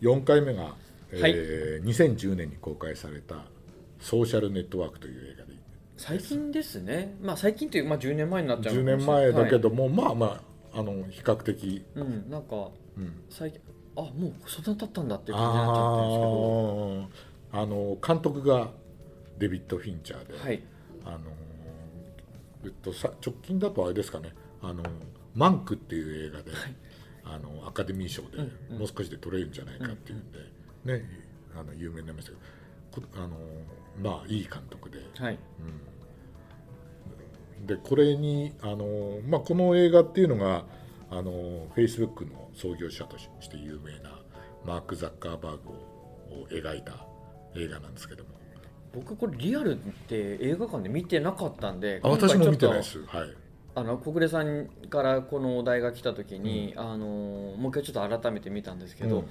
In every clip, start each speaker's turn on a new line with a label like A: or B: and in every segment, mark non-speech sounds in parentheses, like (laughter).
A: 4回目が、えー2010年に公開された「ソーシャルネットワーク」という映画で
B: 最近ですね、まあ、最近という、まあ、10年前になっちゃう
A: 10
B: のかも
A: 年
B: しれない
A: 前だけ、ども、まあまああの比較的、
B: はいうん、なんか
A: うん、
B: 最近あもうそんな経ったんだっていう感じになっちゃってるんですけ
A: あ
B: ど
A: ーあの監督がデビッド・フィンチャーで、
B: はい
A: あのえっと、さ直近だとあれですかね「あのマンク」っていう映画で、あのアカデミー賞で、
B: うんうん
A: もう少しで取れるんじゃないかっていうんで、ね、あの有名になりましたけどこあのまあいい監督で
B: はい
A: でこれにあの、まあ、この映画っていうのがあのフェイスブックの創業者としして有名なマーク・ザッカーバーグをを描いた映画なんですけども
B: 僕これリアルって映画館で見てなかったんで
A: あ
B: 今回
A: 私
B: ち
A: も
B: ょっ
A: 見て
B: と
A: ないです、はい、
B: あの小暮さんからこのお題が来た時に、あのもう一回ちょっと改めて見たんですけど、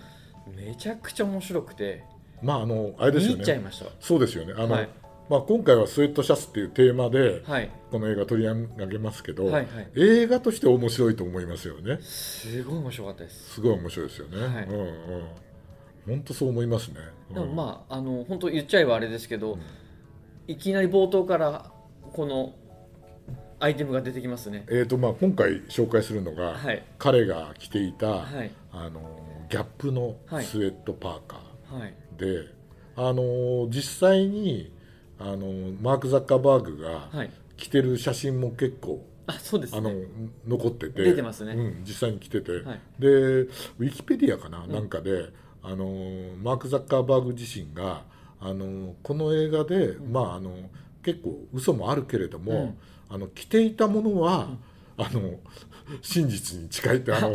B: めちゃくちゃ面白くて
A: まああのあれで
B: 見
A: すよ
B: 入っちゃい
A: ね
B: まし
A: そうですよねあの、
B: はい
A: まあ、今回はスウェットシャツっていうテーマで
B: たはい
A: この映画取り上げますけど、
B: はいはい
A: 映画として面白いと思いますよね
B: すごい面白かったです
A: すごい面白いですよね、
B: はい
A: うんうん本当そう思いますね、うん
B: でもまああの本当言っちゃえばあれですけど、
A: うん
B: いきなり冒頭からこのアイテムが出てきますね
A: えーとまあ、今回紹介するのが、
B: はい
A: 彼が着ていた、
B: はい
A: あのギャップの
B: はい
A: スウェットパーカ
B: はい
A: ーで、あの実際にあのマーク・ザッカーバーグが
B: はい
A: 着てる写真も結構
B: あそうです
A: あの
B: ね
A: 残ってて
B: 出てますね
A: うん、実際に来てて、
B: はい
A: でウィキペディアかな、なんかであのマーク・ザッカーバーグ自身があのこの映画で、まああの結構嘘もあるけれども、あの着ていたものは、あの真実に近いってあ
B: (laughs)
A: の。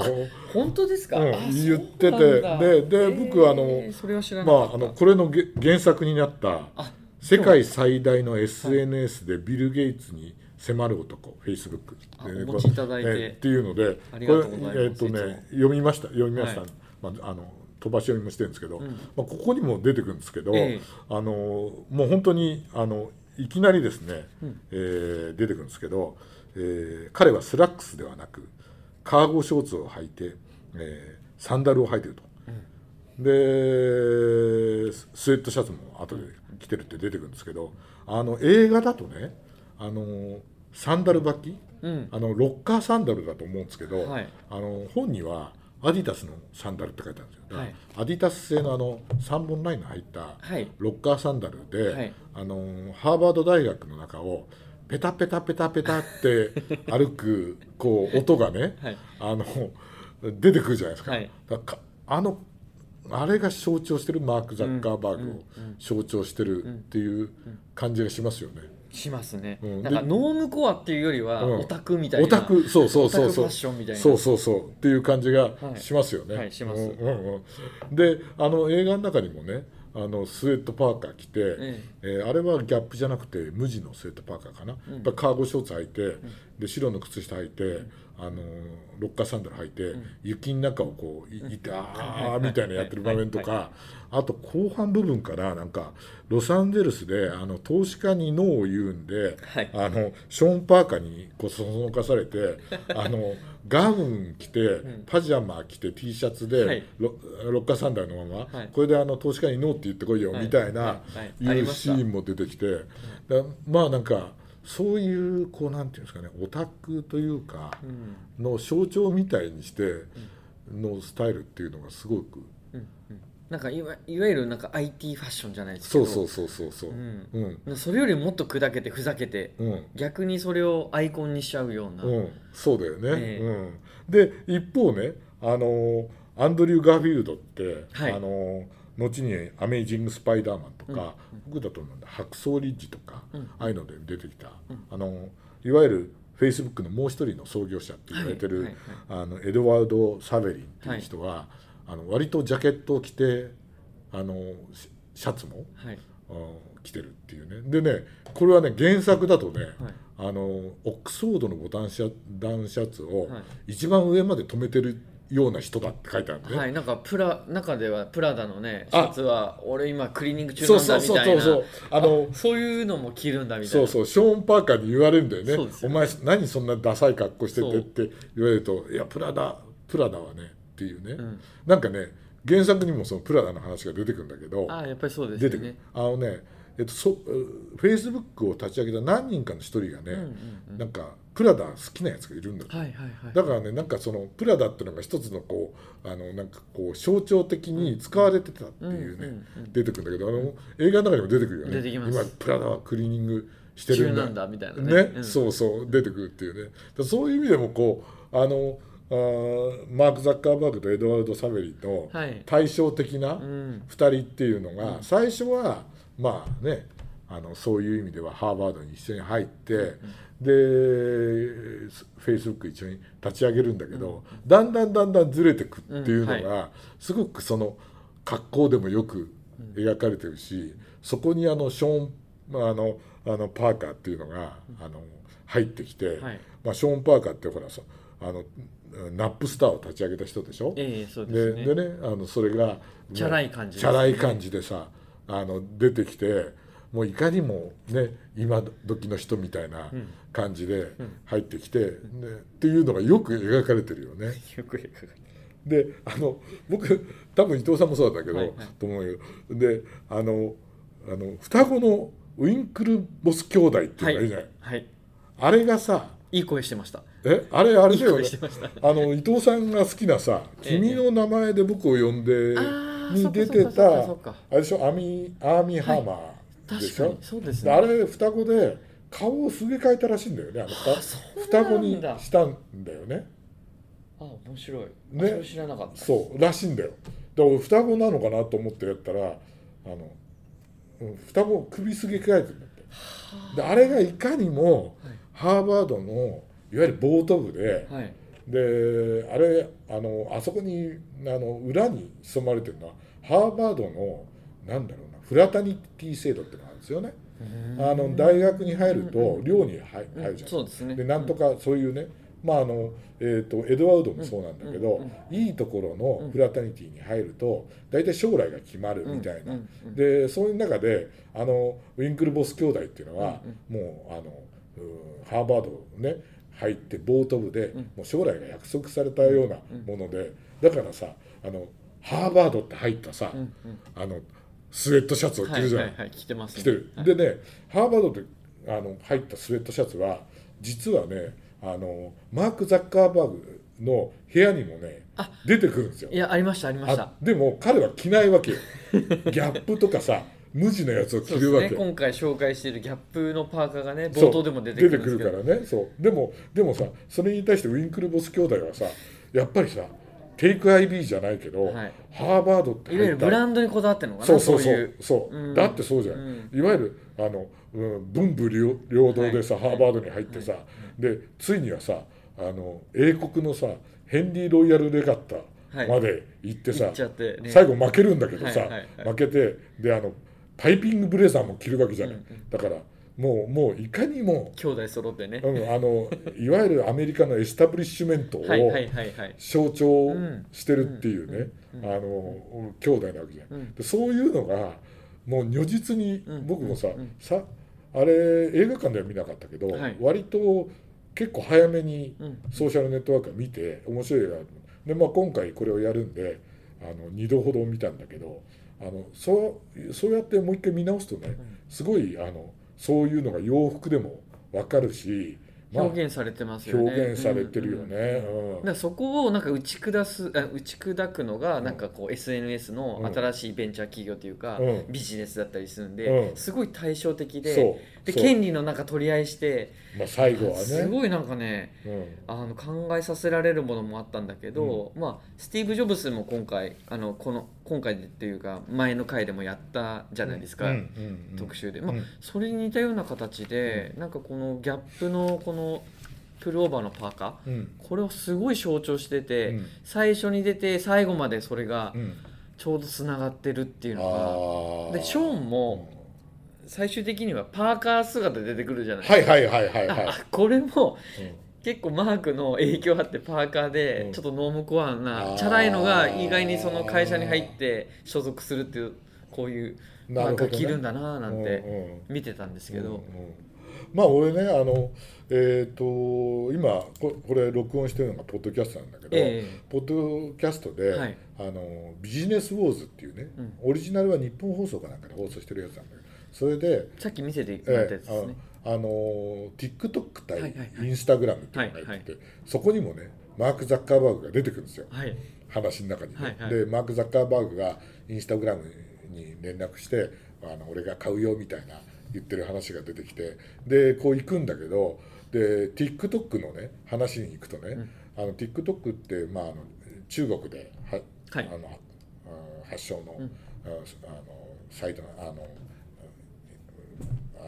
B: 本当ですか、
A: うん
B: あ
A: 言ってて
B: そうなんだ
A: でで僕あの
B: それは知らな
A: ま
B: か
A: あ、
B: った、
A: あのこれのげ原作になった
B: あ
A: 世界最大の SNS でビル・ゲイツに迫る男、フェイスブック
B: あお持ちいただいて
A: っていうので、
B: ありがとうございます
A: これえっと
B: いつも
A: ね読みました読みました、
B: はい
A: まああの飛ばし読みもしてるんですけど、
B: うん
A: まあここにも出てくるんですけど、
B: ええ
A: あのもう本当にあのいきなりですね、
B: うん
A: えー出てくるんですけど、えー彼はスラックスではなくカーゴショーツを履いて、えーサンダルを履いてると。でススウェットシャツも後で着てるって出てくるんですけどあの映画だとねあのサンダル履き
B: うん
A: あのロッカーサンダルだと思うんですけど、
B: はい
A: あの本にはアディダスのサンダルって書いてあるんですよ、
B: はい
A: アディダス製のあの3本ラインの入った
B: はい
A: ロッカーサンダルで、
B: はい
A: あのハーバード大学の中をペタペタペタペタって
B: (laughs)
A: 歩くこう音がね、
B: はい
A: あの出てくるじゃないですか,、
B: はい
A: だからかあのあれが象徴してるマーク・ザッカーバーグを
B: うんうんうん
A: 象徴してるっていう感じがしますよね。
B: しますね、
A: うん
B: なんか
A: で
B: ノームコアっていうよりは
A: うん
B: オタクみたいな、
A: オタクそうそうそうそう
B: オタクファッションみたいな
A: そうそうそうっていう感じがしますよね、
B: はいはいします
A: うんうんうんであの映画の中にもねあのスウェットパーカー着て、
B: え
A: えーあれはギャップじゃなくて無地のスウェットパーカーかな、
B: ん
A: やっぱカーゴショーツ履いて、で白の靴下履いて、あのロッカーサンダル履いて、雪の中をこうい行って、ああみたいなやってる場面とか、あと後半部分からなんかロサンゼルスであの投資家にノーを言うんで、
B: はい
A: あのショーン・パーカーにこうそそのかされて
B: (laughs)
A: あのガウン着てパジャマ着て T シャツで、
B: はい
A: ロロッカーサンダルのまま、
B: はい
A: これであの投資家にノーって言ってこいよ
B: はい
A: みたいな、
B: はいはい
A: い
B: あり
A: う
B: まし
A: シ
B: た
A: ーンも出てきて、だまあなんかそういうこうなんていうんですかねオタクというか
B: うん
A: の象徴みたいにしてのスタイルっていうのがすごく、
B: うんうんなんかいわいわゆるなんか IT ファッションじゃないですけ
A: そ
B: ど
A: うそうそうそうそうう、
B: ん
A: うん
B: それよりもっと砕けてふざけて、
A: うん
B: 逆にそれをアイコンにしちゃうような、
A: うん、そうだよね、
B: ええ
A: うん、で一方ねあのアンドリュー・ガーフィールドって、
B: はい
A: あの後に「アメイジング・スパイダーマン」とか、僕だとなんだ「白草リッジ」とか、
B: うん
A: ああいうので出てきた、あのいわゆるフェイスブックのもう一人の創業者って言われてる、
B: はい
A: あのエドワード・サベリンっていう人は、あの割とジャケットを着てあのシシャツも
B: はい
A: あ来てるっていうねでねこれはね原作だとね、
B: はい
A: あのオックスフォードのボタンシャダウンシャツを
B: は
A: 一番上まで止めてるような人だって書いてあるんで、
B: はい、なんかプラ中ではプラダのねシ
A: あ
B: ャツは俺今クリーニング中
A: そ
B: な
A: うんそ
B: だ
A: う
B: み
A: そう
B: た
A: そ
B: いうな
A: そうあの
B: そういうのも着るんだみたい
A: そ
B: な
A: うそうショーン・パーカーに言われるんだよね
B: そうですよ
A: お
B: ね
A: 前何そんなダサい格好して
B: そう
A: てって言われるといやプラダプラダはねっていうね、
B: ん
A: なんかね原作にもそのプラダの話が出てくるんだけど
B: ああやっぱりそうです
A: 出
B: よ
A: て
B: ね
A: くるあのねえっとそフェイスブックを立ち上げた何人かの一人がね、
B: うんうんうん
A: なんかプラダ好きなやつがいるんだよ
B: はいはいはい
A: だからねなんかそのプラダっていうのが一つのこうあのなんかこう象徴的に使われてたっていうね、
B: うんうんうん
A: 出てくるんだけどあの映画の中にも出てくるよね
B: 出てきます
A: 今プラダはクリーニングしてるんだ
B: 中なんだみたいなね
A: ね、
B: うん
A: そうそう出てくるっていうねだからそういう意味でもこうあのあーマーク・ザッカーバーグとエドワルド・サベリの
B: はい
A: 対照的な、
B: うん
A: 2人っていうのが、最初はまあねあのそういう意味ではハーバードに一緒に入って、でフェイスブック一緒に立ち上げるんだけど、だんだんだんだんずれてくっていうのが、
B: うん
A: すごくその格好でもよく描かれてるし、そこにあのショーンまああのあのパーカーっていうのがあの入ってきて、
B: はい
A: まあ、ショーン・パーカーってほらそあのナップスターを立ち上げた人でしょ。
B: ええそうです
A: で
B: ね
A: でねあのそれが
B: チャラい感じ
A: チャラい感じでさあの出てきてもういかにもね今時の人みたいな感じで入ってきて、ね、っていうのがよく描かれてるよね。
B: よく描かれて
A: であの僕多分伊藤さんもそうだったけど、
B: はいはい
A: と思うけどであのあの双子のウィンクルボス兄弟っていうのがいるじゃない、
B: はい
A: あれがさ
B: いい声してました
A: えあれあれだよ
B: いい声
A: ね
B: してました
A: あの伊藤さんが好きなさ「
B: ええ
A: 君の名前で僕を呼んで
B: あ」ー
A: に出て
B: そっか
A: た
B: そっかそっかそっか
A: あれでしょアミアーミーハーマーで
B: 確
A: し
B: か
A: ょ
B: に、そうです
A: で
B: ね
A: あれ双子で顔をすげ替えたらしいんだよねあの
B: あそう
A: 双子
B: な
A: に
B: んだ
A: したんだよね
B: あ面白い
A: ね
B: ね知らなかった
A: そうらしいんだよで俺双子なのかなと思ってやったらあのうん双子首すげ替えてるんだってであれがいかにもハーバードのいわゆるボート部で、
B: はい
A: であれあのあそこにあの裏に潜まれてるのはハーバードのなんだろうなフラタニティ制度ってのがあるんですよね。あの大学に入ると寮に入
B: うん
A: 入るじゃん。
B: そうですね
A: でなんとかそういうね、まああのえー、とエドワードもそうなんだけど、
B: うんうん
A: いいところのフラタニティに入ると大体将来が決まるみたいな、
B: うんうんうん
A: でそういう中であのウィンクルボス兄弟っていうのは、もうあのうんハーバードね入ってボート部で、もう将来が約束されたようなもので、だからさあのハーバードって入ったさ、
B: うんうん
A: あのスウェットシャツを
B: は
A: 着
B: い
A: るじゃ
B: は
A: ない
B: いはい来てますね
A: 来てる、でねハーバードであの入ったスウェットシャツは実はねあのマーク・ザッカーバーグの部屋にもね出てくるんですよ
B: いやありましたありました
A: あでも彼は着ないわけよ (laughs) ギャップとかさ無地のやつを着
B: そうで
A: る
B: す
A: わけ
B: ね今回紹介しているギャップのパーカーがね冒頭でも出てくるんですけ
A: そ
B: ど
A: う出てくるからねそうでもでもさそれに対してウィンクルボス兄弟はさやっぱりさテイク IB じゃないけど、
B: はい
A: ハーバードって
B: いわゆ
A: 入
B: る
A: った
B: ブランドにこだわってるのかな
A: そうそう
B: そ
A: そう
B: いうう
A: そう、
B: うん
A: だってそうじゃない、いわゆるあの、うん、文武両両道でさ、ハーバードに入ってさ、でついにはさあの英国のさヘンリー・ロイヤル・レガッタまで行ってさ、
B: 行っちゃってね
A: 最後負けるんだけどさ、
B: はいはいはい
A: 負けてであのパイピングブレザーも着るわけじゃない、だからもうもういかにも、
B: 兄弟揃ってね
A: うん、あのいわゆるアメリカのエスタブリッシュメントを、
B: はいはいはいはい
A: 象徴してるっていうね、あの兄弟なわけじゃん、でそういうのがもう如実に僕もさ,、さあれ映画館では見なかったけど、
B: はい
A: 割と結構早めに
B: うん
A: ソーシャルネットワークを見て面白い映画だと思うで、まあ、今回これをやるんであの2度ほど見たんだけどあのそうそうやってもう一回見直すとねすごいあのそういうのが洋服でも分かるし、まあ
B: 表現されてますよね
A: 表現されてるよね。
B: うんうんうん
A: うん
B: だからそこをなんか打ち下すあ打ち砕くのがなんかこう SNS の新しいベンチャー企業というか、
A: うん
B: ビジネスだったりするんで、
A: うん
B: すごい対照的で
A: そう
B: で
A: そう
B: 権利のなんか取り合いして、
A: まあ、最後はね
B: すごいなんかね
A: うん
B: あの考えさせられるものもあったんだけど、まあ、スティーブ・ジョブスも今回あのこの今回っていうか前の回でもやったじゃないですか、
A: うんうんうん
B: 特集で、まあ
A: うん
B: それに似たような形で、なんかこのギャップのこのプルオーバーのパーカ
A: う
B: ー
A: ん
B: これをすごい象徴してて、
A: うん
B: 最初に出て最後までそれが
A: うん
B: ちょうどつながってるっていう
A: あ
B: のが、
A: ー
B: でショーンも最終的にはパーカー姿で出てくるじゃない、
A: はいはいはいはいはい
B: ああこれも
A: うん
B: 結構マークの影響あってパーカーで
A: うん
B: ちょっとノームコアな、
A: あー
B: チャラいのが意外にその会社に入って所属するっていうこういうマ
A: なるほ
B: ーカ
A: ど
B: ー
A: ね
B: 着るんだなーなん
A: うん
B: て
A: うん
B: 見てたんですけど、
A: うんうんまあ俺ねあのえっ、と今ここれ録音してるのがポッドキャストなんだけど、
B: え
A: ポッドキャストで、
B: はい
A: あのビジネスウォーズっていうね、
B: うん
A: オリジナルは日本放送かなんかで放送してるやつなんだけどそれで、
B: さっき見せてもらっ
A: え
B: たやつ
A: え
B: ですね、
A: あのあの TikTok
B: はいは
A: 対
B: いはい
A: インスタグラムっていうのが入ってて、そこにもねマーク・ザッカーバーグが出てくるんですよ
B: はい
A: 話の中にね、
B: はいはい
A: でマーク・ザッカーバーグがインスタグラムに連絡してあの俺が買うよみたいな言ってる話が出てきてでこう行くんだけどで TikTok のね話に行くとね、あの TikTok って、まあ、あの中国では、
B: はい
A: あのあ発祥の,、ああのサイトのあのあ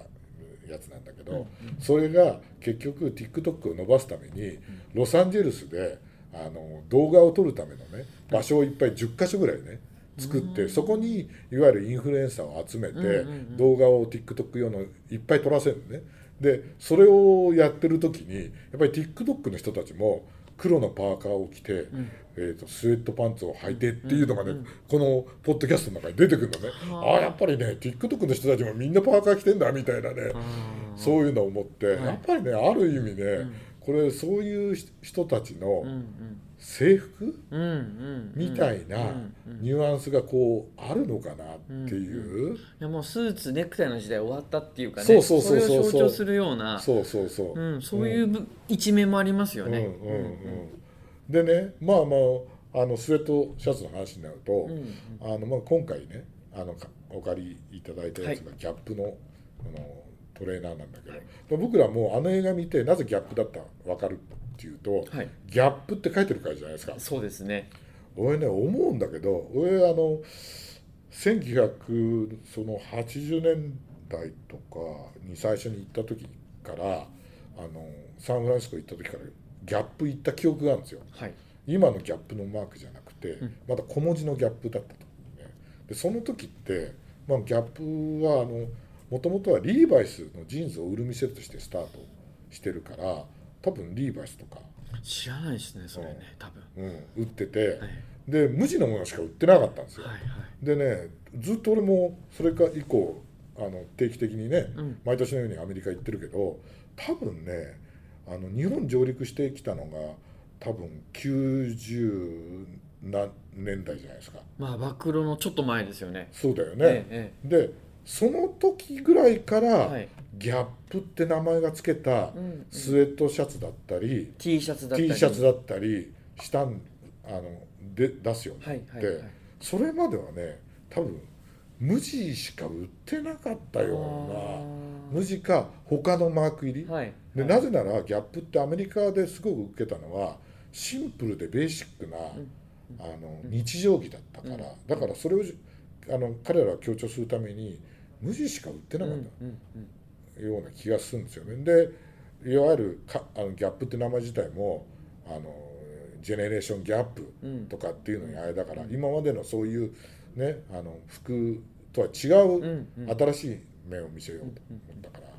A: やつなんだけど、それが結局 TikTok を伸ばすためにロサンゼルスであの動画を撮るためのね場所をいっぱい10か所ぐらいね作ってそこにいわゆるインフルエンサーを集め
B: うんう
A: て
B: んうん
A: 動画を TikTok 用のいっぱい撮らせるのねでそれをやってる時にやっぱり TikTok の人たちも黒のパーカーを着て、えー、とスウェットパンツを履いてっていうのがね、このポッドキャストの中に出てくるのねああやっぱりね TikTok の人たちもみんなパーカー着てんだみたいなね、
B: あー
A: そういうのを思って、
B: はい
A: やっぱりねある意味ね、
B: ん
A: これそういう人たち
B: うんう
A: の
B: ん
A: 制服、
B: うんうんうん
A: みたいな
B: うんうんい
A: ニュアンスがこうあるのかなっていう、
B: やもうスーツネクタイの時代終わったっていうかね
A: そうそうそうそう
B: れを象徴するような
A: そうそうそう。
B: うん、そういうぶ一面もありますよ
A: うんう
B: ね、
A: んうん、でねまあまああのスウェットシャツの話になると、
B: うんうん
A: あのまあ、今回ねあのかお借りいただいたやつがギャップの,、あのトレーナーなんだけど、まあ僕らもうあの映画見てなぜギャップだったか分かるっていうと、
B: はい
A: ギャップって書いてるからじゃないですか。
B: そうですね
A: 俺ね思うんだけど俺あの1980年代とかに最初に行った時からあのサンフランシスコ行った時からギャップ行った記憶があるんですよ
B: はい
A: 今のギャップのマークじゃなくて、
B: ん
A: まだ小文字のギャップだったと思うねでその時って、まあ、ギャップはあのもともとはリーバイスのジーンズを売る店としてスタートしてるから多分リーバイスとか、
B: 知らないですねそれね多分
A: うん、売ってて、
B: はい
A: で無地のものしか売ってなかったんですよ、
B: はいはい
A: でねずっと俺もそれか以降あの定期的にね、
B: うん
A: 毎年のようにアメリカ行ってるけど多分ねあの日本上陸してきたのが多分90何年代じゃないですか
B: まあ暴露のちょっと前ですよね
A: そうだよね、
B: え
A: でその時ぐらいから、
B: えええはい
A: ギャップって名前がつけた
B: うんうん
A: スウェットシャツだったり、
B: T シャツだったり
A: T シャツだったりしたんあので出すよね、
B: はいはい
A: で
B: はい
A: それまではね多分無地しか売ってなかったような無地か他のマーク入り、
B: あーはい
A: で
B: はい
A: なぜならギャップってアメリカですごく受けたのはシンプルでベーシックな、
B: ん
A: あの日常着だったから、
B: うん
A: だからそれをあの彼らは強調するために無地しか売ってな
B: うん
A: か
B: う
A: っ
B: んうん
A: たような気がするんですよね。でいわゆるかあのギャップって名前自体もあのジェネレーションギャップ、
B: うん
A: とかっていうのにあれだから、今までのそういうねあの服とは違
B: う
A: うん
B: うん
A: 新しい面を見せようと思ったから、っ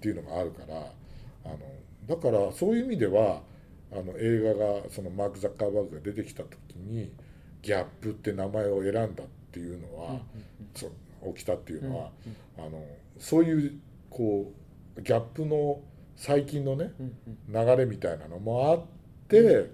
A: ていうのがあるからあのだからそういう意味ではあの映画がそのマーク・ザッカーバーグが出てきた時にギャップって名前を選んだっていうのは、そう起きたっていうのは、あのそういうこうギャップの最近のね、
B: うんうん
A: 流れみたいなのもあって、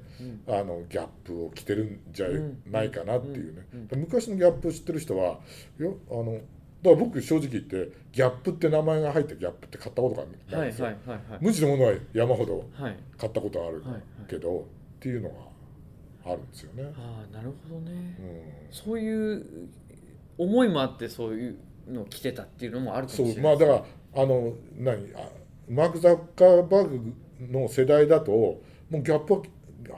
A: あのギャップを着てるんじゃ
B: うん
A: ないかなっていうね、昔のギャップを知ってる人はいやあのだから僕正直言ってギャップって名前が入ったギャップって買ったことがな
B: はい
A: んで
B: いはい
A: すよ、
B: はいはい
A: 無地のものは山ほど
B: はい
A: 買ったことはある
B: はいはい
A: けど、っていうのがあるんですよね。
B: ああなるほどね
A: うん
B: そういう思いもあってそういうのを着てたっていうのもあるかもし
A: そ
B: れないう
A: まあだからあの何あマーク・ザッカーバーグの世代だともうギャップは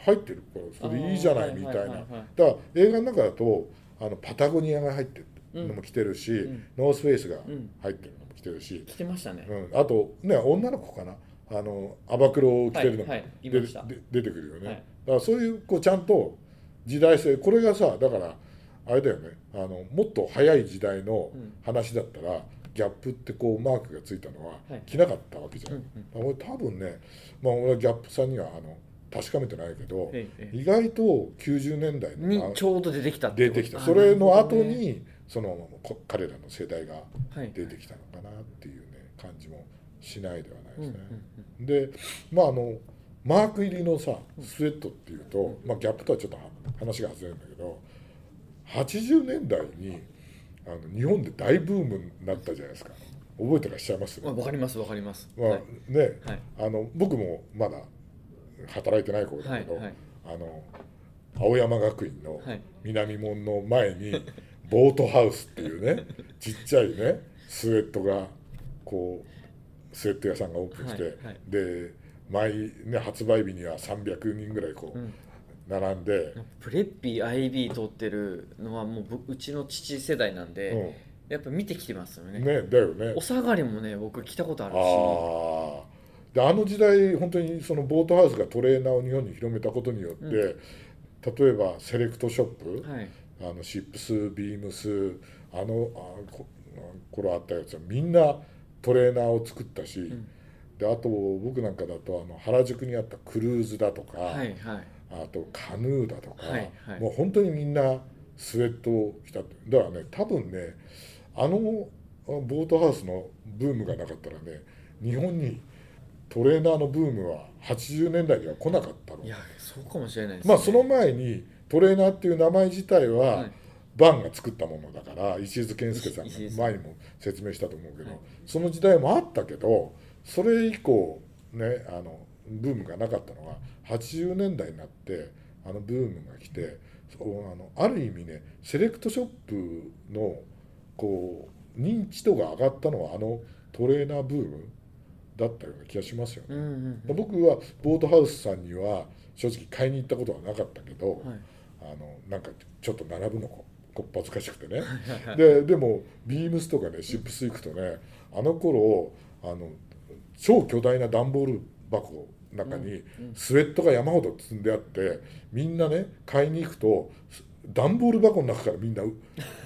A: 入ってるからそれいいじゃない
B: あー
A: みたいな、
B: はいはいはいはい
A: だから映画の中だとあのパタゴニアが入ってるのも着てるし、
B: ん
A: ノースフェイスが
B: ん
A: 入ってるのも着てるし、
B: 着てましたね
A: うんあとね女の子かなあのアバクロを着てるのも、
B: はいはいい
A: で
B: ました
A: で出てくるよね、
B: はい
A: だからそういうこうちゃんと時代性これがさだからあれだよねあのもっと早い時代の
B: うん
A: 話だったら、ギャップってこうマークがついたのは
B: はい
A: 着なかったわけじゃん、
B: うん
A: 俺多分ね、まあ、俺はギャップさんにはあの確かめてないけど、
B: ええええ
A: 意外と90年代の
B: にちょうど出てきたっ
A: 出
B: てこと
A: てきた
B: あー
A: それの
B: なるほ
A: 後
B: どね
A: に、そのこ彼らの世代が
B: はい
A: 出てきたのかなっていうね感じもしないではない
B: うん
A: で
B: う
A: す
B: ん
A: ね。でまああのマーク入りのさスウェットっていうと、まあ、ギャップとはちょっと話が外れるんだけど80年代にあの日本で大ブームになったじゃないですか覚えてらっしゃいます
B: うんまあわかりますわかります
A: まあ
B: はい
A: ね
B: はい
A: あの僕もまだ働いてない頃だ
B: は
A: け
B: い
A: ど、
B: はい
A: あの青山学院の
B: はい
A: 南門の前にボートハウスっていう
B: (laughs)
A: ねちっちゃいねスウェットがこうスウェット屋さんがオープンして、
B: はいはい
A: で毎、ね、発売日には300人ぐらいこ
B: うん
A: う並んで、
B: プレッピー IB 取ってるのはもうぶうちの父世代なん
A: う
B: で、
A: ん
B: やっぱ見てきてますよね
A: ねだよね
B: お下がりもね僕来たことあるし
A: あーであの時代本当にそのボートハウスがトレーナーを日本に広めたことによって、
B: うん
A: 例えばセレクトショップ、
B: はい
A: あのシップスビームスあのあこ頃あったやつはみんなトレーナーを作ったし、
B: ん
A: であと僕なんかだとあの原宿にあったクルーズだとか、
B: はいはい
A: あとカヌーだとか、
B: はいはい
A: もう本当にみんなスウェットを着たってだからね多分ねあのあボートハウスのブームがなかったらね日本にトレーナーのブームは80年代には来なかったの
B: いやそうかもしれないです、ね、
A: まあその前にトレーナーっていう名前自体は、
B: はい
A: バンが作ったものだから石津健介さんが
B: 石井さん
A: 前にも説明したと思うけど、
B: はい
A: その時代もあったけどそれ以降ねあのブームがなかったのは80年代になってあのブームが来てそうあのある意味ねセレクトショップのこう認知度が上がったのはあのトレーナーブームだったような気がしますよね。
B: うんうんうん
A: 僕はボートハウスさんには正直買いに行ったことはなかったけど、
B: はい
A: あのなんかちょっと並ぶのここっぱずかしくてねででもビームスとかねシップス行くとねあの頃あの超巨大な段ボール箱の中にスウェットが山ほど積んであってみんなね買いに行くとす段ボール箱の中からみんなう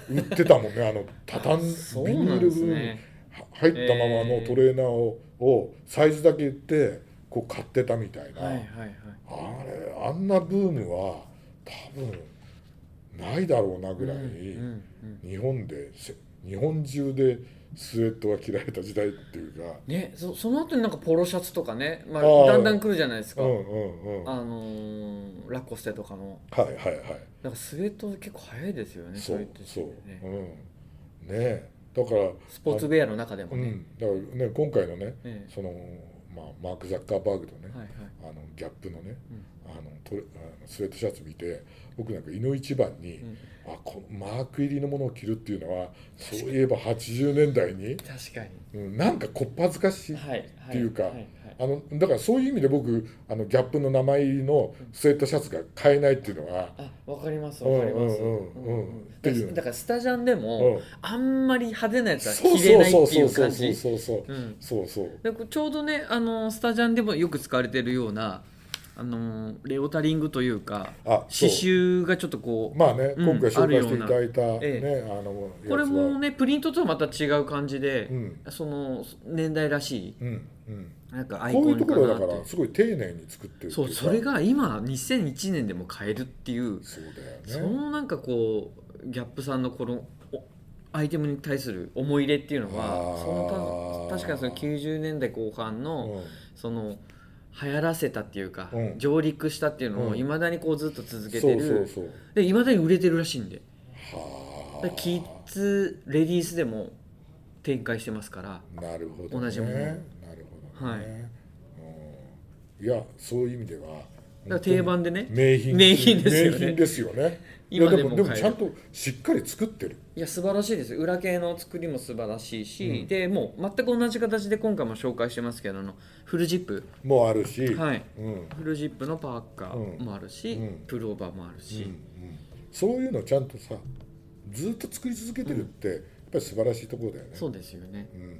A: 売ってたもんねあの畳んビニ
B: そうな
A: ール
B: んで
A: に
B: すね
A: は入ったままのトレーナーを,、をサイズだけ言ってこう買ってたみたいな。
B: はいはいはい
A: あれあんなブームは多分ないだろうなぐらい、
B: うんうん
A: 日本でせ日本中でスウェットが着られた時代っていうか
B: ねそその後になんかポロシャツとかね、まあ、
A: あー
B: だんだん来るじゃないです
A: う
B: か、
A: んうんうんは
B: あのーラコステとかの
A: いはいは
B: なんかスウェット結構早いですよ
A: い
B: ね
A: そ
B: そう
A: う
B: 言って
A: そう、
B: ね
A: うんねえだから
B: スポーツウェアの中でも
A: う
B: ね、
A: んだからね今回のね
B: え
A: その、まあ、マーク・ザッカーバーグとね、
B: えはいはい
A: あのギャップのね、
B: うん
A: あのトレあのスウェットシャツ見て僕なんか井の一番に、
B: うん
A: あこのマーク入りのものを着るっていうのはそういえば80年代に、
B: 確か
A: うん、なんかこっぱずかしい、
B: にはいはい
A: っていうか
B: はいはい
A: あのだからそういう意味で僕あのギャップの名前入りのスウェットシャツが買えないっていうのは、
B: あわかります
A: うん
B: わかります
A: うんうんうん
B: うんうん
A: っていう
B: だからスタジャンでも、
A: うん、
B: あんまり派手なやつは
A: そう
B: 着れ
A: そう
B: ない
A: そう
B: ってい
A: そう
B: う
A: そうそ
B: 感
A: う
B: じ
A: そうそう
B: うん
A: そうそう
B: でこうちょうどねあのスタジャンでもよく使われてるようなあのレオタリングというか
A: あそう
B: 刺繍がちょっとこう、
A: まあね
B: うん
A: 今回紹介していただいた、ね
B: え
A: あのやつは
B: これもねプリントとはまた違う感じで
A: う、ん
B: その年代らしい
A: うんうん
B: なんかアイコ
A: こういう
B: ン
A: とこ
B: か
A: ろ
B: な
A: だ
B: っ
A: から
B: て
A: すごい丁寧に作ってるってい
B: そう
A: か
B: それが今2001年でも買えるっていう
A: そうだ
B: そ
A: よね
B: のなんかこうギャップさんのこのおアイテムに対する思い入れっていうの
A: あ
B: は
A: ー
B: そのた確かにその90年代後半の、
A: うん
B: その流行らせたっていうか、
A: うん
B: 上陸したっていうの
A: う
B: を
A: ん
B: いまだにこうずっと続け
A: そ
B: て
A: う
B: る、
A: そうそう
B: でいまだに売れてるらしいんで
A: は
B: だからキッズレディースでも展開してますから
A: なるほどね
B: 同じもの
A: なるほどね、
B: はい
A: うん、いやそういう意味では
B: だから定番でね
A: 名品
B: 名品ですよね
A: 名品ですよねいや
B: 今
A: で
B: で
A: も
B: も
A: でも
B: 買え
A: ちゃん
B: る
A: としっかり作ってる
B: いや素晴らしいです裏系の作りも素晴らしいし、
A: うん
B: でもう全く同じ形で今回も紹介してますけどあのフルジップ
A: もあるし、
B: はい
A: うんうん
B: フルジップのパーカーもあるし、
A: うん
B: プローバーもあるし、
A: うん、そういうのちゃんとさずっと作り続けてるって、やっぱり素晴らしいところだよね
B: そうですよね
A: うん